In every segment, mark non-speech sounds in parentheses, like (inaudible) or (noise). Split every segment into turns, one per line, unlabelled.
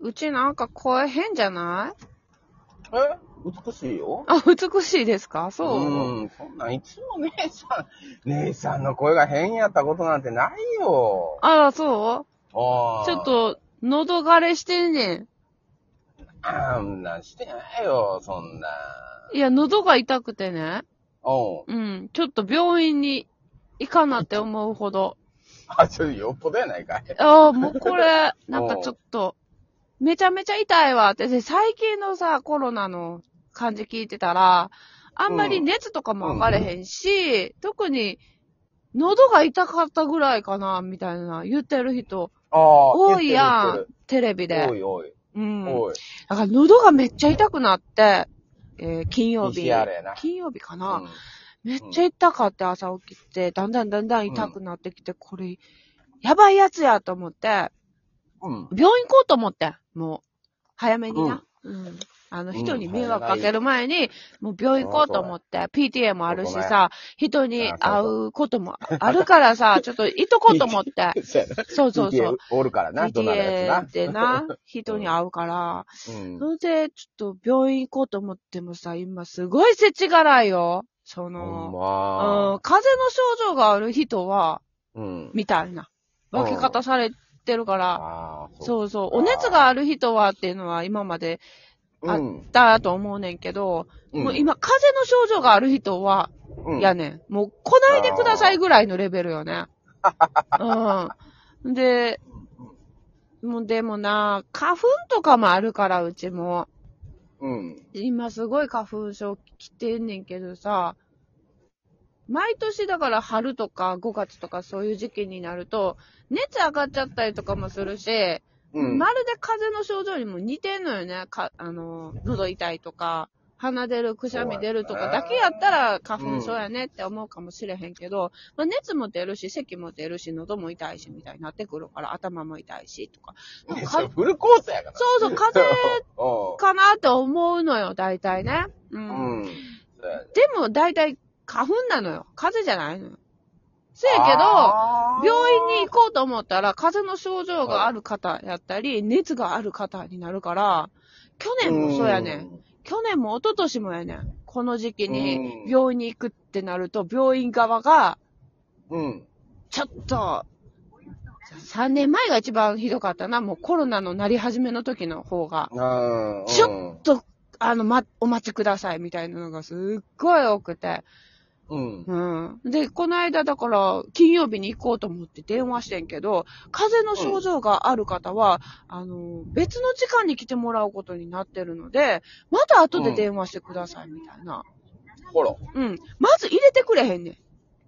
うちなんか声変じゃない
え美しいよ。
あ、美しいですかそう。
うん、そんなんいつも姉さん、姉さんの声が変やったことなんてないよ。
あら、そ
あ
う
あ
ちょっ。と、喉枯れしてんね
あんなんしてないよ、そんな。
ん。いや、喉が痛くてね。
おう
うん。ちょっと病院に行かなって思うほど。
あ、ちょっとよっぽどやないかい。
ああ、もうこ (laughs) れ、なんかちょっと、めちゃめちゃ痛いわって。で最近のさ、コロナの感じ聞いてたら、あんまり熱とかも上がれへんし、特に、喉が痛かったぐらいかな、みたいな言ってる人、
ああ、
多いや
言っ
ん。テレビ
てる言ってる
で。
おいおい、
うん。
おい。
だから喉がめっちゃ痛くなって、えー金曜日
西。あれやな。
金曜日かな、
うん
めっちゃ痛かって朝起きて、だんだんだんだん痛くなってきて、これ、やばいやつやと思って、
うん。
病院行こうと思って、もう、早めにな。うん。あの、
うん
人に迷惑かける前に、もう病院行こうと思って、PTA もあるしさ、人に会うこともあるからさ、ちょっと行っとこうと思って。
そうやな。
そうそうそう。
PTA おるからな、どなるや
PTA っ
つ
てな、人に会うから。
な。うん
そ。れで、ちょっと病院行こうと思ってもさ、今すごい世知辛いよ。そ
ほん
の、う
ま
ん、風邪の症状がある人は、
うん。
みたいな、分け方されてるから、
ああ、う。
そうそう、お熱がある人はっていうのは今まであ
うん。
だと思うねんけど、もう今、風邪の症状がある人は、
うん、
やねん。もう来ないでくださいぐらいのレベルよね。うん。で、もうでもな、花粉とかもあるから、うちも。
うん。
今すごい花粉症来てんねんけどさ、毎年だから春とか5月とかそういう時期になると、熱上がっちゃったりとかもするし、
うん。
まるで風邪の症状にも似てんのよね。か、あの、喉痛いとか、鼻出る、くしゃみ出るとかだけやったら花粉症やねって思うかもしれへんけど、まあ、熱も出るし、咳も出るし、喉も痛いしみたいになってくるから、頭も痛いしとか。
ねそれフルコースやから。
そうそう、風邪
そ
かなって思うのよ、大体ね。う。
うんん。うん。そうや
でも大体花粉なのよ。風邪じゃないのよ。せやけど、
あー
病院に行こうと思ったら、風邪の症状がある方やったり、熱がある方になるから、去年もそうやねん。。去年も一昨年もやねん。この時期に
うん
病院に行くってなると、病院側が、
うん。
ちょっと、3年前が一番ひどかったな。もうコロナのなり始めの時の方が。
うん。
ちょっと、あの、ま、お待ちくださいみたいなのがすっごい多くて。
うん。
うん。で、この間だから、金曜日に行こうと思って電話してんけど、風邪の症状がある方は、あの、別の時間に来てもらうことになってるので、また後で電話してください、みたいな。
ほら。
うん、まず入れてくれへんねん。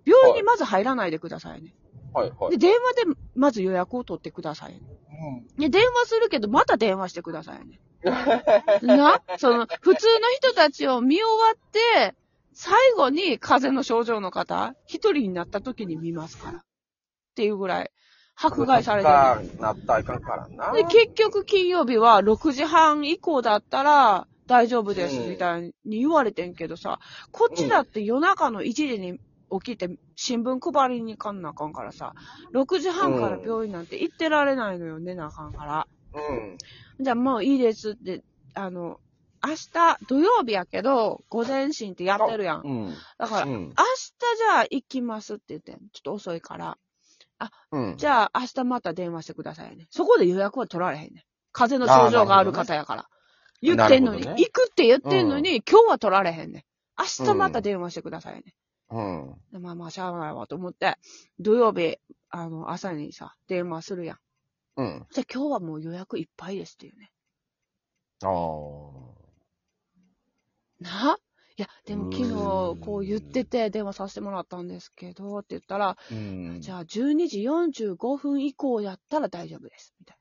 病院にまず入らないでくださいね。
はいは
で、
い。
電話でまず予約を取ってくださいね。で、電話するけど、また電話してください
(laughs)
ね。な、その、普通の人たちを見終わって、最後に風邪の症状の方、一人になった時に見ますから。っていうぐらい、迫害されてる。
る。なったらいかんからな。
で、結局金曜日は6時半以降だったら大丈夫です
うん
みたいに言われてんけどさ、こっちだって夜中の1時に起きて新聞配りに行かんなあかんからさ、6時半から病院なんて行ってられないのよ、寝なあかんから。
うん。
じゃあもういいですって、あの、明日土曜日やけど、午前診ってやってるやん。
うん。
だから、
う
明
ん。
日じゃあ行きますって言ってん、ちょっと遅いから。
うん。
じゃあ、明日また電話してくださいね。そこで予約は取られへんねん。風邪の症状がある方やから。言
な
っ
る
て
ほ
ん
ど
の
ね
に、行くって言ってんのに、今日は取られへんねん。明日また電話してくださいね。
うん。
まあまあ、しゃあないわと思って、土曜日、あの、朝にさ、電話するやん。
うん。
じゃあ今日はもう予約いっぱいですっていうね。
ああ。
なあいや、でも昨日
うん、
こう言ってて、電話させてもらったんですけど、って言ったら、
うん。
じゃあ12時45分以降やったら大丈夫です。みたい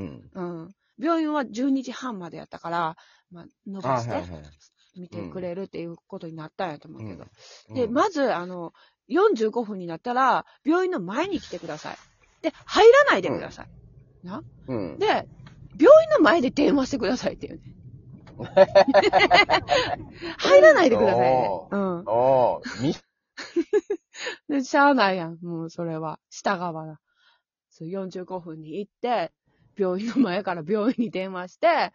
な。
うん。
うん。病院は12時半までやったから、まあ、伸
あ
ば
ー
し
はい
て
はい。
見てくれるっていうことになったんやと思うけど。
うん
で、、まず、あの、45分になったら、病院の前に来てください。で、入らないでください。
うん。
で、病院の前で電話してくださいっていうね。
(laughs)
(laughs) 入らないでくださいね。うん。
ああ、み、
で、しゃあないやん。もうそれは。従わな。そう、45分に行って、病院の前から病院に電話して、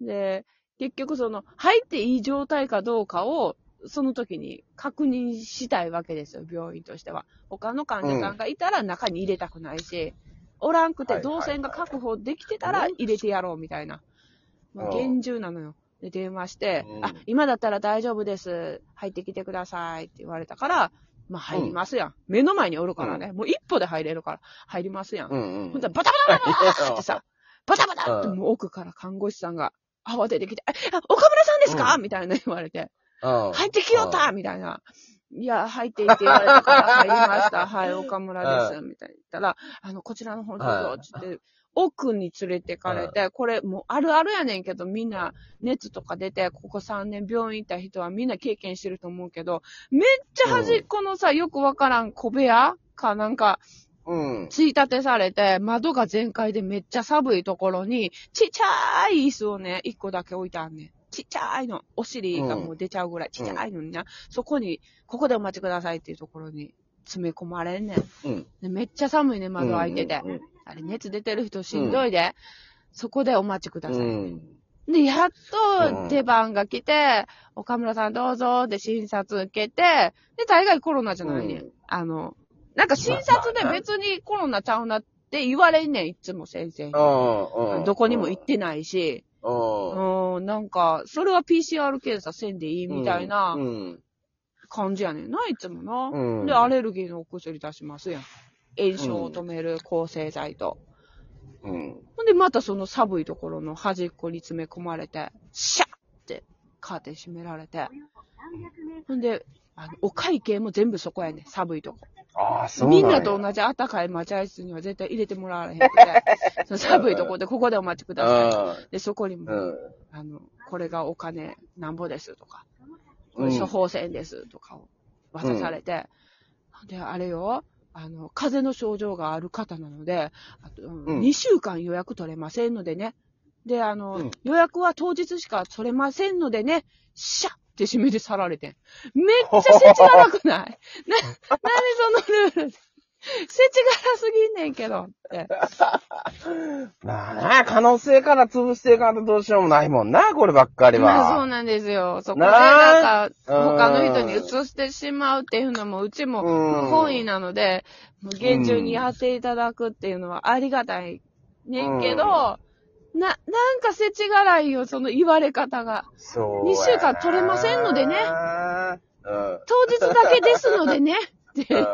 で、結局その、入っていい状態かどうかを、その時に確認したいわけですよ、病院としては。他の患者さんがいたら中に入れたくないし、おらんく
は
て
いはい
動線が確保できてたら入れてやろうみたいな。まあ、
う
厳
ん
重なのよ。で、電話して、
うん
あ、今だったら大丈夫です。入ってきてくださいって言われたから、まあ入りますやん。目の前におるからね。もう一歩で入れるから、入りますやん。
うんうん。
ほんとバタバタバタバタって
(laughs)
さ、バタバタってもう奥から看護師さんが慌ててきて、あ、岡村さんですか、
うん
みたいな言われて、
うん。
入ってきよったみたいな。いや、入っていいって言われたから入りま
(laughs)
した。はい、岡村です。みたいな言ったら、あの、こちらの方どうぞ、つって、奥に連れてかれて、これもうあるあるやねんけど、みんな熱とか出て、ここ3年病院行った人はみんな経験してると思うけど、めっちゃ端っこのさ、よくわからん小部屋かなんか、
うん。
ついたてされて、窓が全開でめっちゃ寒いところに、ちっちゃい椅子をね、一個だけ置いてあんねん。ちっちゃいの。お尻がもう出ちゃうぐらい、ちっちゃいのにな。そこに、ここでお待ちくださいっていうところに詰め込まれんねん。
うん。
でめっちゃ寒いね、窓開いてて。
うんうん
あれ、熱出てる人しんどいで。そこでお待ちくだ
う
さい。
ん。
で、やっ
う
と
ん
出番が来て、岡村さんどうぞって診察受けて、で、大概コロナじゃないねん。
うん
あの、なんか診察で
まあまあ
別にコロナちゃうなって言われんねん、いつも先生に。
うん。うん。
どこにも行ってないし、
うん。うん。
うん、なんか、それは PCR 検査せんでいいみたいな
うん。
感じやねんな、いつもな。
うん
で、アレルギーのお薬出しますやん。炎症を止める抗生剤と。
うん。
ほんで、またその寒いところの端っこに詰め込まれて、シャッってカーテン閉められて。ほんで、あの、お会計も全部そこやねん、寒いとこ。
ああ、そう
み
なん
ん
や
なと同じ暖かい待合室には絶対入れてもらわれへんく
(laughs)
て、その寒いとこで、ここでお待ちください。で、そこにも、
うん。
あの、これがお金なんぼですとか、こ
うん。
れ処方箋ですとかを渡されて、で、あれよ、あの、風邪の症状がある方なので、あとうん
うん
2週間予約取れませんのでね。で、あの、
うん
予約は当日しか取れませんのでね、シャッって締めて去られてん。めっちゃ世知辛く
(laughs)
ないな、なにそのルール世知辛すぎんねんけどって。
まあな、可能性から潰していかんとどうしようもないもんな、こればっかりは。
まあそうなんですよ。そこで
な
な
あ
んか、他の人に
うん
移してしまうっていうのも、うち
う
も
ん
本意なので、もう厳重にやっていただくっていうのはありがたいねんけど、
うん
な、なんか世知辛いよ、その言われ方が。
そう
二週間取れませんのでね
うん。うん。
当日だけですの
(laughs)
でね、っていう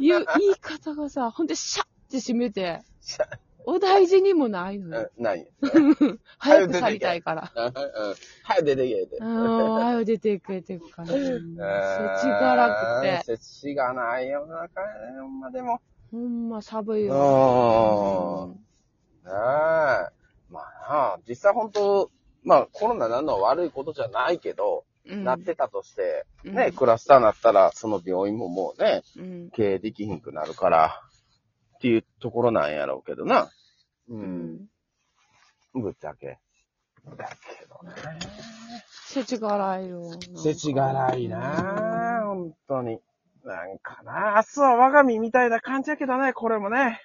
言い方がさ、ほんでシャッって閉めて、
しゃ
お大事にもないの
うん
よ。
ない。
早く去りたいから。
うんうんはい、出てけえて。
うん、早く出てくれてくから。世知
世
辛くて。
世知がない世の中やね、ほんまでも。
ほんま寒いよ。
うん。
うん
ねえ。まあなあ、実際本当まあコロナなんのは悪いことじゃないけど、
うん
なってたとして、
うん
ね、クラスターになったら、その病院ももうね、
うん。
経営できひんくなるから、っていうところなんやろうけどな。う。
うんん。
ぶっちゃけ。だけどね。
せちがらいよ。
世知辛いなぁ、本当に。なんかなぁ、明日は我が身みたいな感じやけどね、これもね。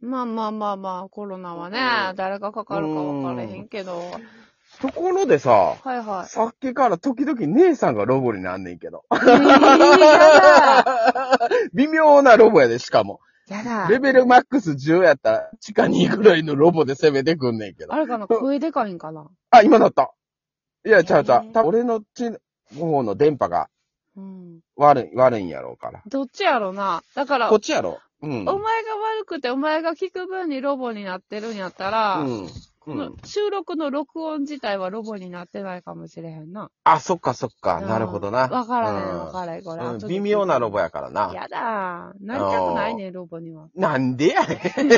まあまあまあまあ、コロナはね
う、ん
誰がかかるか分からへんけど。
ところでさ、
はいは
さっきから時々姉さんがロボになんねんけど。
い。やだ
微妙なロボやで、しかも。 (laughs)
やだ
レベルマックス10やったら、地下2ぐらいのロボで攻めてくんねんけど
あ。れかな声でかいんかな
あ、今だった。いや、ちゃうちゃ
えー
う。多分俺のちの方の電波が
うん。
悪い、悪いんやろうから。
どっちやろな。だから、
こっ
お
ちやろ。うん。
前が悪くてお前が聞く分にロボになってるんやったら
う、ん。うん。
収録の録音自体はロボになってないかもしれへんな。
あ、そっかそっか。なるほどな。
わからへん、
うん
わからへん、これ。
うん
後で
微妙なロボやからな。
やだー。なりたくないね、ロボ
(laughs)
には。
なんでやねん。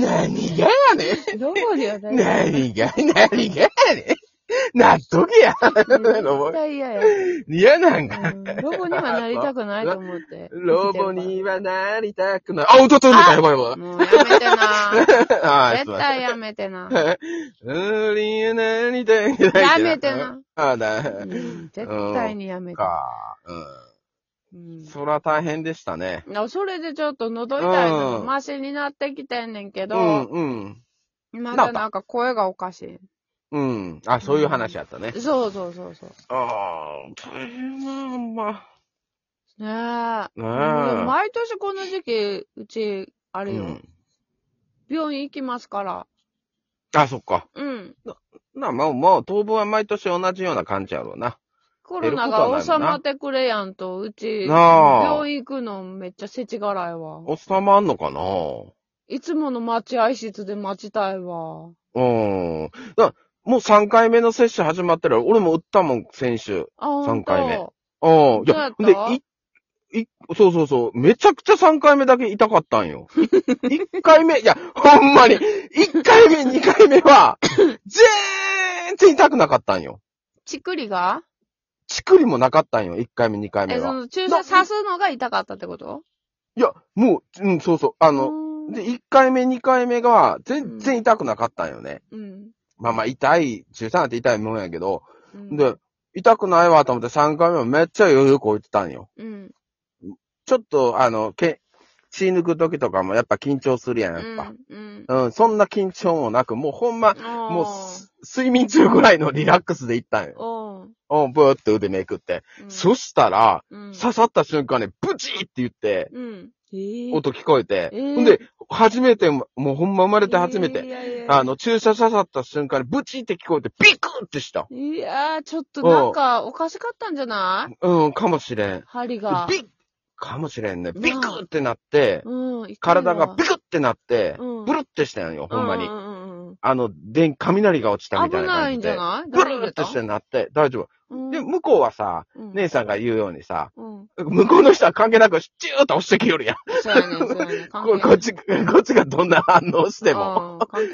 何がやね
ロボには
ん。
ね。
何が、何がやねん。納得や。ロボ
絶。対嫌や、
嫌なんか。
うん。ロボにはなりたくないと思って。
ロボにはなりたくない。あ、音取るか、やばいやばい。
もうやめてな (laughs) ー。
(laughs) あ
絶対 (laughs) やめてな。
うりえなりたい。 (laughs)
やめてな。
あだ。
うん絶対にやめて。
か。
うん。
そら大変でしたね。
あそれでちょっと喉痛いの
う
が
ん
マシになってきてんねんけ
う
ど、
ん、うん。
まだなんか声がおかし
うん。あ、そういう話やったね
い。。そうそうそうそう。
ああ、大変な、ほんま。
ねえ。
ねえ
もう毎年この時期、うち、あ
う
れよ、
ん。
病院行きますから。
あ、そっか。
うん。
な、まあ、まあ、当分は毎年同じような感じやろうな。
コロナが収まってくれやんと、うち、
なあ
病院行くのめっちゃ世知辛いわ。
収まんのかない
つもの待合室で待ちたいわ。
うん。だもう3回目の接種始まってる。俺も打ったもん、先週。
あ、ほん
三回目
と。
うん。い
そ
や、
うやった
で、い、い、そうそうそう。めちゃくちゃ3回目だけ痛かったんよ。1回目、い (laughs) や、ほんまに、1回目、2回目
(coughs)
は、全然痛くなかったんよ。
ちくりが
ちくりもなかったんよ、1回目、2回目
え、そ
は。
の、注射刺すのが痛かったってこと
いや、もう、うん、そうそう。あ
あ
の、で、1回目、2回目が、全然痛くなかったんよね。
うん。
まあまあ、痛い、注射なんて痛いもんやけど、
うん、
で、痛くないわと思って3回目はめっちゃ余裕こいてたんよ。
うん。
ちょっと、あの、け、血抜く時とかもやっぱ緊張するやん、やっぱ。
うん。
うん、そんな緊張もなく、もうほんま、も
も
うす、睡眠中ぐらいのリラックスで行ったんよ。
おう
うん、ブーって腕めくって。そしたら、
うん、
刺さった瞬間にブチーって言って、
うん。えー、
音聞こえて。
えー
ほんで、初めて、もうほんま生まれて初め
い
て、
やいやいや
あ、の、注射刺さった瞬間にブチーって聞こえて、ビクってした。
いやー、ちょっとなんか、おかしかったんじゃない
うん、かもしれん。
針が。
ビッかもしれんね。
うん
ビクってなって、
うん、痛いわ
体がビクってなって、
うん
ブルってしたんよ、ほんまに
う。んうんうん
あの、電、雷が落ちた
危
みたい
な
な感
い
じ
んじゃ
で。
ない
ブルってしてなって、大丈夫。で、向こうはさ、姉さんが言うようにさ、
うん。
向こうの人は関係なく、チューッと押してきよるやん。
そうやねん、そうやねん。関係
ここっち、こっちがどんな反応しても。
うん関係